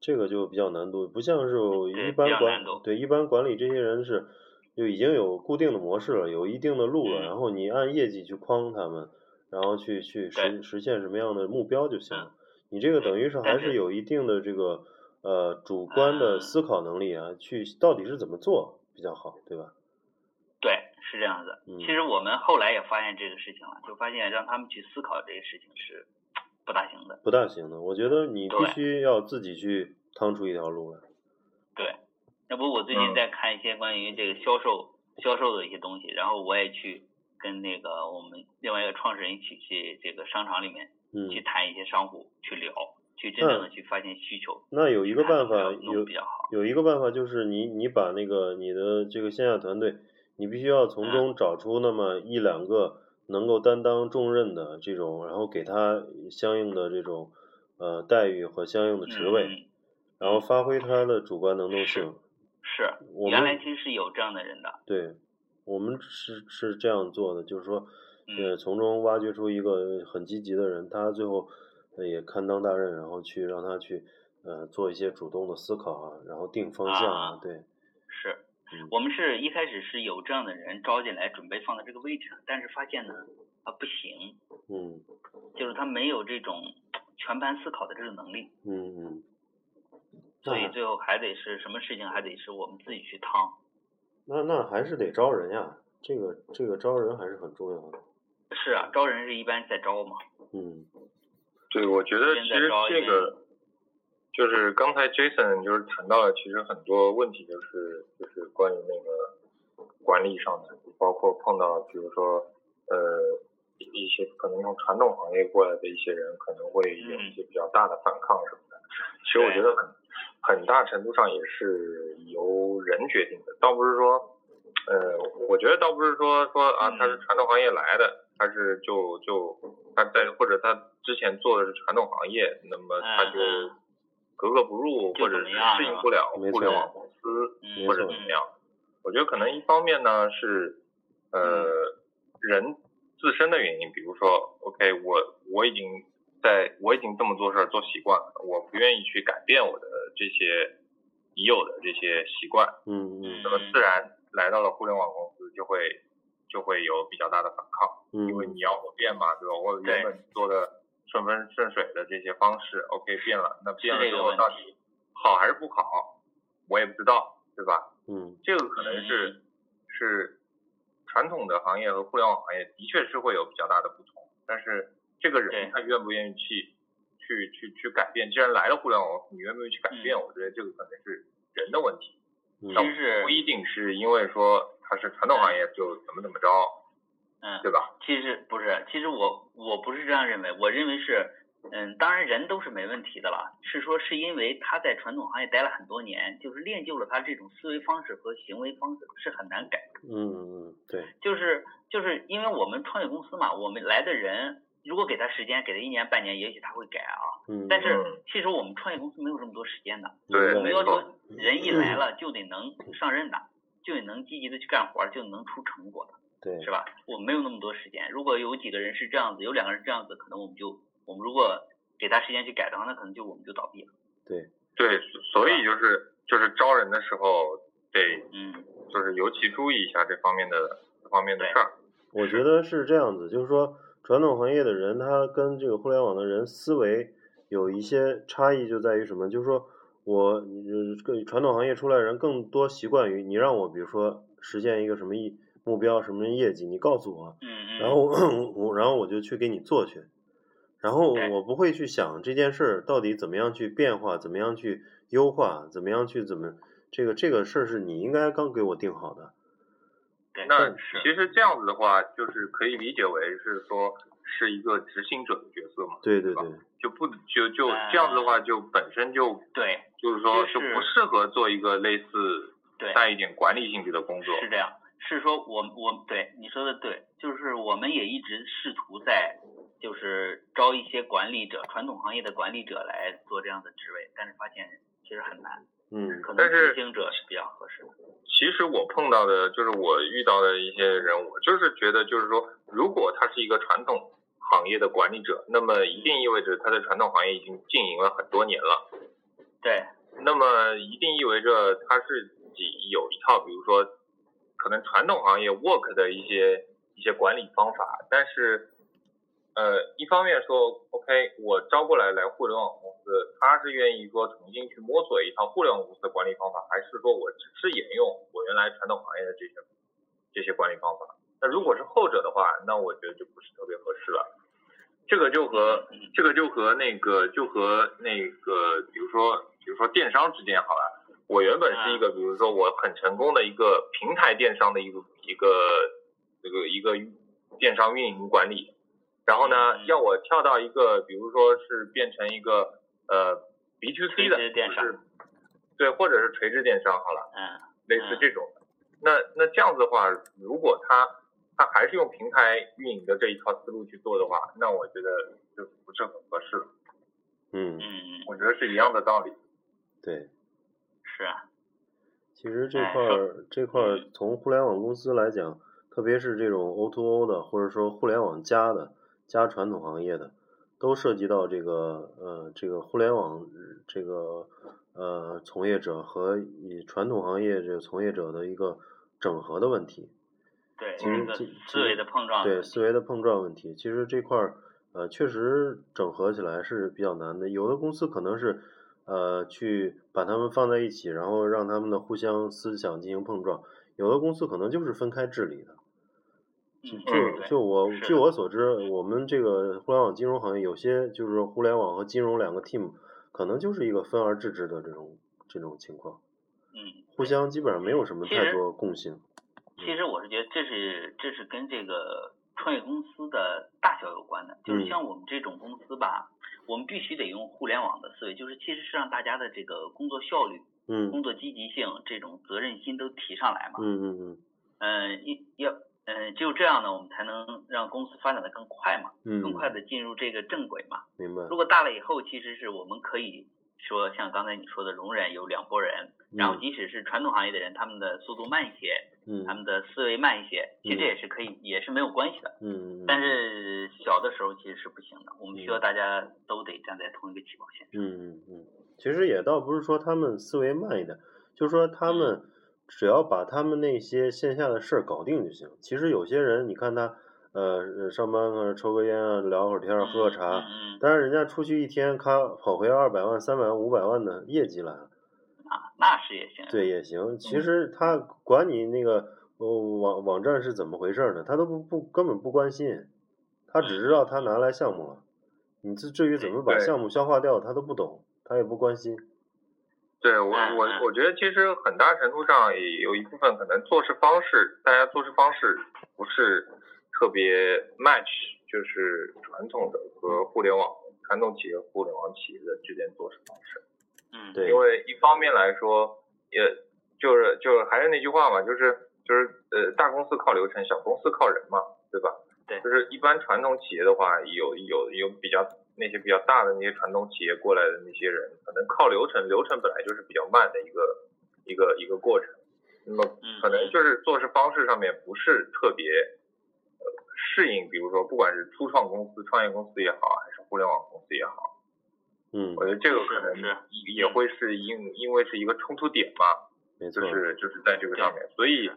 Speaker 1: 这个就比较难度，不像是我
Speaker 2: 嗯对
Speaker 1: 一
Speaker 2: 比
Speaker 1: 般
Speaker 2: 较
Speaker 1: 管
Speaker 2: 难度
Speaker 1: 对一般管理这些人是就已经有固定的模式了，有一定的路了，
Speaker 2: 嗯
Speaker 1: 然后你按业绩去框他们，然后去去实
Speaker 2: 对嗯
Speaker 1: 实现什么样的目标就行了。你这个等于是
Speaker 2: 但
Speaker 1: 还
Speaker 2: 是
Speaker 1: 是有一定的这个呃主观的
Speaker 2: 嗯
Speaker 1: 思考能力啊，去到底是怎么做比较好，对吧？
Speaker 2: 对，是这样子。
Speaker 1: 嗯
Speaker 2: 其实我们后来也发现这个事情了，就发现让他们去思考这个事情是不大行的。
Speaker 1: 不大行的，我觉得你必
Speaker 2: 对
Speaker 1: 须要自己去趟出一条路来。
Speaker 2: 对，要不我最
Speaker 1: 嗯
Speaker 2: 近在看一些关于这个销售、销售的一些东西，然后我也去跟那个我们另外一个创始人一起去这个商场里面
Speaker 1: 嗯，
Speaker 2: 去谈一些商户，去聊，去真正的去发现需求。
Speaker 1: 那有一个办法
Speaker 2: 去看怎么样弄
Speaker 1: 有
Speaker 2: 比较好。
Speaker 1: 有一个办法就是你你把那个你的这个线下团队你必须要
Speaker 2: 嗯
Speaker 1: 从中找出那么一两个能够担当重任的这种，然后给他相应的这种呃待遇和相应的职位，
Speaker 2: 嗯，
Speaker 1: 然后发挥他的主观能动性。
Speaker 2: 是，
Speaker 1: 我
Speaker 2: 原来
Speaker 1: 们
Speaker 2: 其实是有这样的人的，
Speaker 1: 对，我们是是这样做的，就是说，呃，
Speaker 2: 嗯，
Speaker 1: 从中挖掘出一个很积极的人，他最后呃也堪当大任，然后去让他去呃做一些主动的思考啊，然后定方向
Speaker 2: 啊
Speaker 1: 对，
Speaker 2: 是
Speaker 1: 嗯
Speaker 2: 我们是一开始是有这样的人招进来，准备放在这个位置上，但是发现呢，他不行，
Speaker 1: 嗯
Speaker 2: 就是他没有这种全盘思考的这种能力，
Speaker 1: 嗯嗯，
Speaker 2: 所以
Speaker 1: 那
Speaker 2: 最后还得是什么事情还得是我们自己去趟。
Speaker 1: 那那还是得招人呀，这个这个招人还是很重要的，
Speaker 2: 是啊，招人是一般在招嘛，
Speaker 1: 嗯
Speaker 3: 对，我觉得其
Speaker 2: 现在
Speaker 3: 实
Speaker 2: 招
Speaker 3: 这
Speaker 2: 一
Speaker 3: 个就是刚才 Jason 就是谈到了，其实很多问题就是就是关于那个管理上的，包括碰到比如说呃一些可能从传统行业过来的一些人，可能会有
Speaker 2: 嗯
Speaker 3: 一些比较大的反抗什么的。其实我觉得很很大程度上也是由人决定的，倒不是说。呃，我觉得倒不是说说啊，他是
Speaker 2: 嗯
Speaker 3: 传统行业来的，他是就就他在或者他之前做的是传统行业，那么他就
Speaker 2: 嗯嗯
Speaker 3: 格格不入，
Speaker 2: 就
Speaker 3: 或者
Speaker 2: 怎
Speaker 3: 是
Speaker 2: 么样
Speaker 3: 适
Speaker 2: 是
Speaker 3: 应
Speaker 2: 吧
Speaker 3: 不了
Speaker 1: 没
Speaker 3: 互联
Speaker 1: 错
Speaker 3: 网公司
Speaker 2: 嗯
Speaker 3: 或者怎么样。我觉得可能一方面呢是
Speaker 2: 嗯
Speaker 3: 呃人自身的原因，比如说 OK，我我已经在我已经这么做事儿做习惯了，我不愿意去改变我的这些已有的这些习惯。
Speaker 1: 嗯嗯
Speaker 3: 那么
Speaker 2: 嗯
Speaker 3: 自然来到了互联网公司就会就会有比较大的反抗，因为
Speaker 1: 嗯
Speaker 3: 你要我变嘛，对吧？我
Speaker 2: 对
Speaker 3: 原本做的顺风顺水的这些方式，OK 变了，那变了
Speaker 2: 这
Speaker 3: 之
Speaker 2: 个
Speaker 3: 后
Speaker 2: 问
Speaker 3: 到底好还是不好，我也不知道，对吧？
Speaker 1: 嗯
Speaker 3: 这个可能是是传统的行业和互联网行业的确是会有比较大的不同，但是这个人
Speaker 2: 对
Speaker 3: 他愿不愿意去去去去改变？既然来了互联网，你愿不愿意去改变？
Speaker 2: 嗯
Speaker 3: 我觉得这个可能是人的问题。
Speaker 1: 嗯
Speaker 3: 那
Speaker 2: 其实是
Speaker 3: 不一定是因为说他是传统行业就怎么怎么着，
Speaker 2: 嗯，
Speaker 3: 对吧？
Speaker 2: 其实不是，其实我我不是这样认为，我认为是，嗯，当然人都是没问题的了，是说是因为他在传统行业待了很多年，就是练就了他这种思维方式和行为方式是很难改，
Speaker 1: 嗯嗯，对，
Speaker 2: 就是就是因为我们创业公司嘛，我们来的人如果给他时间，给他一年半年，也许他会改啊，
Speaker 1: 嗯，
Speaker 2: 但
Speaker 3: 嗯
Speaker 2: 是其实我们创业公司没有这么多时间的，
Speaker 3: 对
Speaker 2: 我们
Speaker 1: 没
Speaker 2: 要
Speaker 1: 错，
Speaker 2: 求人一来
Speaker 3: 嗯
Speaker 2: 了就得能上任的，就得能积极的去干活，就能出成果的。
Speaker 1: 对，
Speaker 2: 是吧？我们没有那么多时间。如果有几个人是这样子，有两个人这样子，可能我们就我们如果给他时间去改的话，那可能就我们就倒闭了。
Speaker 1: 对，
Speaker 3: 对，所以就是就是招人的时候得
Speaker 2: 嗯，
Speaker 3: 就是尤其注意一下这方面的这方面的事儿。
Speaker 1: 我觉得是这样子，就是说传统行业的人，他跟这个互联网的人思维有一些差异，就在于什么？就是说我你这个传统行业出来的人更多习惯于你让我，比如说实现一个什么意目标、什么业绩，你告诉我，
Speaker 2: 嗯嗯。
Speaker 1: 然后 我我然后我就去给你做去，然后
Speaker 2: 对
Speaker 1: 我不会去想这件事儿到底怎么样去变化，怎么样去优化，怎么样去怎么这个这个事儿是你应该刚给我定好的，
Speaker 2: 对，
Speaker 3: 那
Speaker 2: 是
Speaker 3: 其实这样子的话，就是可以理解为是说是一个执行者的角色嘛，
Speaker 1: 对对
Speaker 3: 吧
Speaker 1: 对，
Speaker 3: 就不就就
Speaker 2: 哎
Speaker 3: 这样子的话，就本身就
Speaker 2: 对
Speaker 3: 就是说
Speaker 2: 就
Speaker 3: 就是不适合做一个类似
Speaker 2: 对
Speaker 3: 带一点管理性质的工作。
Speaker 2: 是这样，是说我我对你说的对，就是我们也一直试图在就是招一些管理者，传统行业的管理者来做这样的职位，但是发现其实很难，
Speaker 1: 嗯
Speaker 2: 可能
Speaker 3: 但是
Speaker 2: 执行者是比较合适的。
Speaker 3: 其实我碰到的，就是我遇到的一些人，我就是觉得，就是说，如果他是一个传统行业的管理者，那么一定意味着他在传统行业已经经营了很多年了，
Speaker 2: 对，
Speaker 3: 那么一定意味着他是自己有一套，比如说，可能传统行业 work 的一些一些管理方法，但是，呃，一方面说，OK，我招过来来互联网公司，他是愿意说重新去摸索一套互联网公司的管理方法，还是说我只是沿用我原来传统行业的这些这些管理方法？那如果是后者的话，那我觉得就不是特别合适了。这个就和
Speaker 2: 嗯
Speaker 3: 这个就和那个就和那个，比如说比如说电商之间好了，我原本是一个，比如说我很成功的一个平台电商的一个一个这个一个电商运营管理，然后呢
Speaker 2: 嗯，
Speaker 3: 要我跳到一个，比如说是变成一个呃 B to C 的
Speaker 2: 垂直电商
Speaker 3: 就是对，或者是垂直电商好了，
Speaker 2: 嗯
Speaker 3: 类似这种的。那那这样子的话，如果他他还是用平台运营的这一套思路去做的话，那我觉得就不是很合适。
Speaker 1: 嗯，
Speaker 2: 嗯，
Speaker 3: 我觉得是一样的道理。
Speaker 1: 对。
Speaker 2: 是啊，
Speaker 1: 其实这
Speaker 2: 哎
Speaker 1: 块
Speaker 2: 说
Speaker 1: 儿这块儿从互联网公司来讲，特别是这种 O to O 的，或者说互联网加的加传统行业的，都涉及到这个呃这个互联网这个呃从业者和以传统行业这个从业者的一个整合的问题。
Speaker 2: 对，
Speaker 1: 其实
Speaker 2: 这个
Speaker 1: 这其
Speaker 2: 思维
Speaker 1: 实
Speaker 2: 的碰撞，
Speaker 1: 对思维的碰撞问题，其实这块儿呃确实整合起来是比较难的。有的公司可能是呃去把他们放在一起，然后让他们的互相思想进行碰撞；有的公司可能就是分开治理的。就
Speaker 2: 嗯，对
Speaker 1: 就我
Speaker 2: 是
Speaker 1: 据
Speaker 2: 的
Speaker 1: 我所知，我们这个互联网金融行业有些就是互联网和金融两个 team，可能就是一个分而治之的这种这种情况，
Speaker 2: 嗯，
Speaker 1: 互相基本上没有什么
Speaker 2: 其
Speaker 1: 太
Speaker 2: 实
Speaker 1: 多共性。
Speaker 2: 其实我是觉得这是这是跟这个创业公司的大小有关的，就是
Speaker 1: 嗯
Speaker 2: 像我们这种公司吧，我们必须得用互联网的思维，就是其实是让大家的这个工作效率、
Speaker 1: 嗯
Speaker 2: 工作积极性、这种责任心都提上来嘛。
Speaker 1: 嗯嗯嗯
Speaker 2: 嗯，一要嗯，只有这样呢，我们才能让公司发展的更快嘛，
Speaker 1: 嗯，
Speaker 2: 更快的进入这个正轨嘛。
Speaker 1: 明白。
Speaker 2: 如果大了以后，其实是我们可以说像刚才你说的，容忍有两拨人，然后
Speaker 1: 嗯
Speaker 2: 即使是传统行业的人，他们的速度慢一些，
Speaker 1: 嗯
Speaker 2: 他们的思维慢一些，其实这
Speaker 1: 嗯
Speaker 2: 也是可以，也是没有关系的。
Speaker 1: 嗯，嗯
Speaker 2: 但
Speaker 1: 嗯
Speaker 2: 是小的时候其实是不行的，我们需要
Speaker 1: 嗯
Speaker 2: 大家都得站在同一个起跑线。
Speaker 1: 嗯，嗯嗯，其实也倒不是说他们思维慢一点，就是说他们
Speaker 2: 嗯
Speaker 1: 只要把他们那些线下的事儿搞定就行。其实有些人，你看他，呃，上班啊，抽个烟啊，聊会儿天儿，喝个茶，
Speaker 2: 嗯嗯嗯
Speaker 1: 但是人家出去一天，咔跑回二百万、三百万、五百万的业绩来了，
Speaker 2: 啊，那是也行。
Speaker 1: 对也行。其
Speaker 2: 嗯
Speaker 1: 实他管你那个呃网网站是怎么回事儿呢，他都不不根本不关心，他只知道他拿来项目了，你至至于怎么
Speaker 2: 哎
Speaker 1: 把
Speaker 3: 对
Speaker 1: 项目消化掉，他都不懂，他也不关心。
Speaker 3: 对我
Speaker 2: 嗯嗯
Speaker 3: 我我觉得其实很大程度上也有一部分可能做事方式，大家做事方式不是特别 match，就是传统的和互联网传统企业、互联网企业的之间做事方式。
Speaker 2: 嗯，
Speaker 1: 对
Speaker 3: 因为一方面来说，也就是就是还是那句话嘛，就是就是呃，大公司靠流程，小公司靠人嘛，对吧？
Speaker 2: 对
Speaker 3: 就是一般传统企业的话，有有有比较那些比较大的那些传统企业过来的那些人，可能靠流程，流程本来就是比较慢的一个一个一个过程，那么
Speaker 2: 嗯
Speaker 3: 可能就是做事方式上面不是特别呃适应，比如说不管是初创公司、创业公司也好，还是互联网公司也好。
Speaker 1: 嗯
Speaker 3: 我，觉得这个可能
Speaker 2: 是是
Speaker 3: 也也会是因因为是一个冲突点嘛，
Speaker 1: 没
Speaker 3: 就
Speaker 1: 错，
Speaker 3: 是就是在这个上面，所以
Speaker 2: 是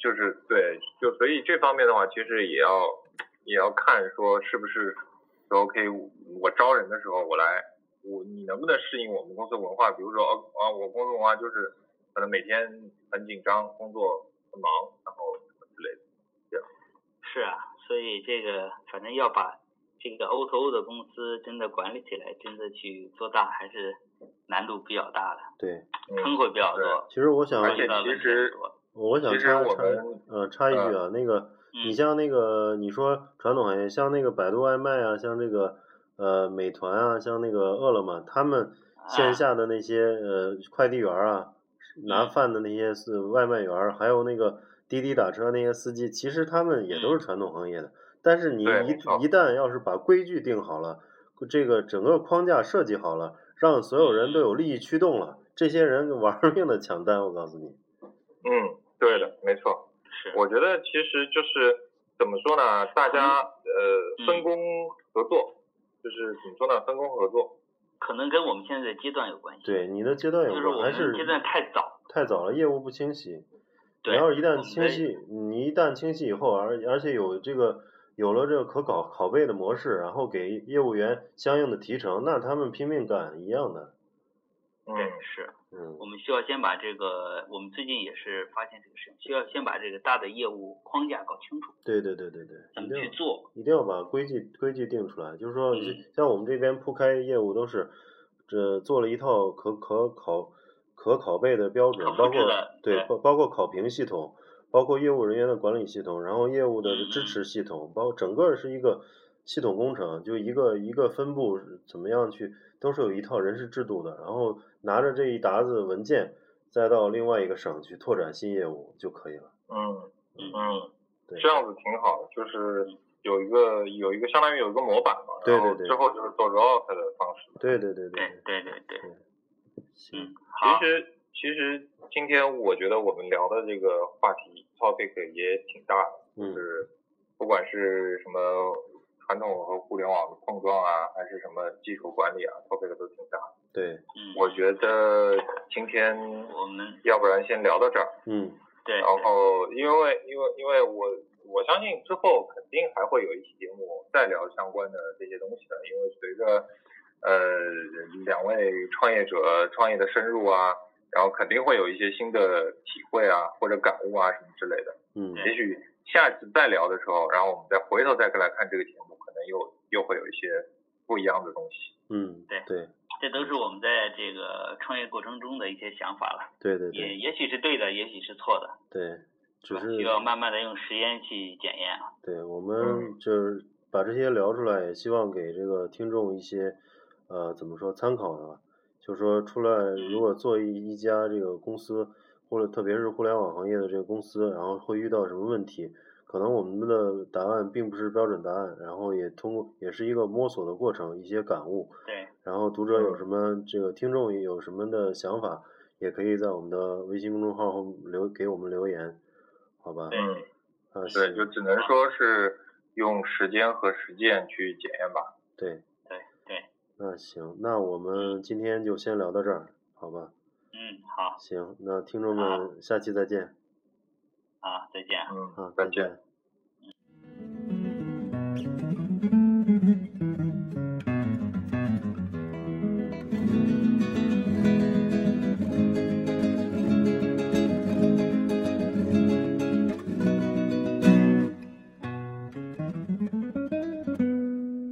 Speaker 3: 就是对，就所以这方面的话，其实也要也要看说是不是说 OK，我招人的时候我来，我你能不能适应我们公司文化？比如说哦啊，我公司文化就是可能每天很紧张，工作很忙，然后什么之类的。
Speaker 2: 是啊，所以这个反正要把这个 O to O 的公司真的管理起来，真的去做大，还是难度比较大的，
Speaker 1: 对。
Speaker 2: 坑会比较多，
Speaker 1: 其实我想，
Speaker 3: 而且
Speaker 2: 遇到
Speaker 3: 其
Speaker 2: 问题
Speaker 3: 实
Speaker 2: 很多
Speaker 1: 我想
Speaker 3: 其实
Speaker 1: 插
Speaker 3: 我
Speaker 1: 插
Speaker 3: 们
Speaker 1: 呃插一句啊，那个
Speaker 2: 嗯
Speaker 1: 你像那个你说传统行业，像那个百度外卖啊，像这个呃美团啊，像那个饿了么，他们线下的那些呃快递员儿啊，拿
Speaker 2: 嗯
Speaker 1: 饭的那些是外卖员儿，还有那个滴滴打车那些司机，其实他们也
Speaker 2: 嗯
Speaker 1: 都是传统行业的。但是你
Speaker 3: 对
Speaker 1: 一
Speaker 3: 没错
Speaker 1: 一旦要是把规矩定好了，这个整个框架设计好了，让所
Speaker 2: 嗯
Speaker 1: 有人都有利益驱动了，这些人玩命的抢单，我告诉你。
Speaker 3: 嗯，对的，没错。
Speaker 2: 是，
Speaker 3: 我觉得其实就是怎么说呢，大家
Speaker 2: 嗯
Speaker 3: 呃分工合作，就是怎么说呢，分工合作。
Speaker 2: 可能跟我们现在的阶段有关系，
Speaker 1: 对你的阶段
Speaker 2: 就是
Speaker 1: 有
Speaker 2: 我
Speaker 1: 关，还
Speaker 2: 们
Speaker 1: 是
Speaker 2: 阶段太早，
Speaker 1: 太早了，业务不清晰。你
Speaker 2: 对，哎
Speaker 1: 要是一
Speaker 2: 我
Speaker 1: 旦
Speaker 2: 们
Speaker 1: 清
Speaker 2: 的
Speaker 1: 晰，你一旦清晰以后，而而且有这个有了这个可拷拷贝的模式，然后给业务员相应的提成，那他们拼命干一样的。
Speaker 3: 嗯，
Speaker 2: 对是。
Speaker 1: 嗯
Speaker 2: 我们需要先把这个，我们最近也是发现这个事情，需要先把这个大的业务框架搞清楚，，
Speaker 1: 对对对对对，
Speaker 2: 怎
Speaker 1: 一
Speaker 2: 么
Speaker 1: 定
Speaker 2: 去
Speaker 1: 要
Speaker 2: 做。
Speaker 1: 一定要把规矩规矩定出来，就是说
Speaker 2: 嗯
Speaker 1: 像我们这边铺开业务都是这做了一套可可考可拷贝的标准
Speaker 2: 可，复
Speaker 1: 包括
Speaker 2: 制的
Speaker 1: 对
Speaker 2: 对
Speaker 1: 包包括考评系统，包括业务人员的管理系统，然后业务的
Speaker 2: 嗯
Speaker 1: 支持系统，包括整个是一个系统工程，就一个一个分部怎么样去，都是有一套人事制度的。然后拿着这一沓子文件，再到另外一个省去拓展新业务就可以了。
Speaker 3: 嗯嗯，
Speaker 1: 对，
Speaker 2: 啊
Speaker 3: 这样子挺好，就是有一个有一个相当于有一个模板嘛，
Speaker 1: 对
Speaker 3: 然后
Speaker 1: 对对
Speaker 3: 之后就是做 rollout 的方式。
Speaker 1: 对对对
Speaker 2: 对
Speaker 1: 对，
Speaker 2: 对对对，
Speaker 1: 行
Speaker 2: 嗯，，好
Speaker 3: 其，实其实今天我觉得我们聊的这个话题 topic 也挺大的，就
Speaker 1: 嗯
Speaker 3: 是不管是什么传统和互联网的碰撞啊，还是什么技术管理啊，topic 都挺大的。
Speaker 1: 对，
Speaker 2: 嗯，
Speaker 3: 我觉得今天
Speaker 2: 我们
Speaker 3: 要不然先聊到这儿，
Speaker 1: 嗯
Speaker 2: 对
Speaker 3: 然后因为因为因为我我相信之后肯定还会有一期节目再聊相关的这些东西的，因为随着呃两位创业者创业的深入啊，然后肯定会有一些新的体会啊或者感悟啊什么之类的。
Speaker 1: 嗯，
Speaker 3: 也许下次再聊的时候，然后我们再回头再来看这个节目，可能又又会有一些不一样的东西。
Speaker 1: 嗯，
Speaker 2: 对
Speaker 1: 对
Speaker 2: 这都是我们在这个创业过程中的一些想法了，
Speaker 1: 对对
Speaker 2: 也
Speaker 1: 对
Speaker 2: 也许是对的，也许是错的，
Speaker 1: 对，只
Speaker 2: 是吧
Speaker 1: 是
Speaker 2: 需要慢慢的用实验去检验啊。
Speaker 1: 对我们就是把这些聊出来，也希望给这个听众一些呃怎么说参考的吧。就说出来，
Speaker 2: 嗯
Speaker 1: 如果做一一家这个公司，或者特别是互联网行业的这个公司，然后会遇到什么问题，可能我们的答案并不是标准答案，然后也通过也是一个摸索的过程，一些感悟。
Speaker 2: 对，
Speaker 1: 然后读者有
Speaker 3: 嗯
Speaker 1: 什么这个听众有什么的想法，也可以在我们的微信公众号后留给我们留言，好吧？
Speaker 2: 对
Speaker 3: 嗯，
Speaker 1: 啊，
Speaker 3: 对，就
Speaker 1: 行，
Speaker 3: 只能说是用时间和实践去检验吧。
Speaker 1: 对，
Speaker 2: 对对，
Speaker 1: 那行，那我们今天就先聊到这儿，好吧？
Speaker 2: 嗯，好
Speaker 1: 行，那听众
Speaker 2: 好
Speaker 1: 们下期再见
Speaker 2: 啊，再见啊。
Speaker 3: 嗯
Speaker 1: 啊，，
Speaker 3: 再
Speaker 1: 再
Speaker 3: 见。
Speaker 1: 见。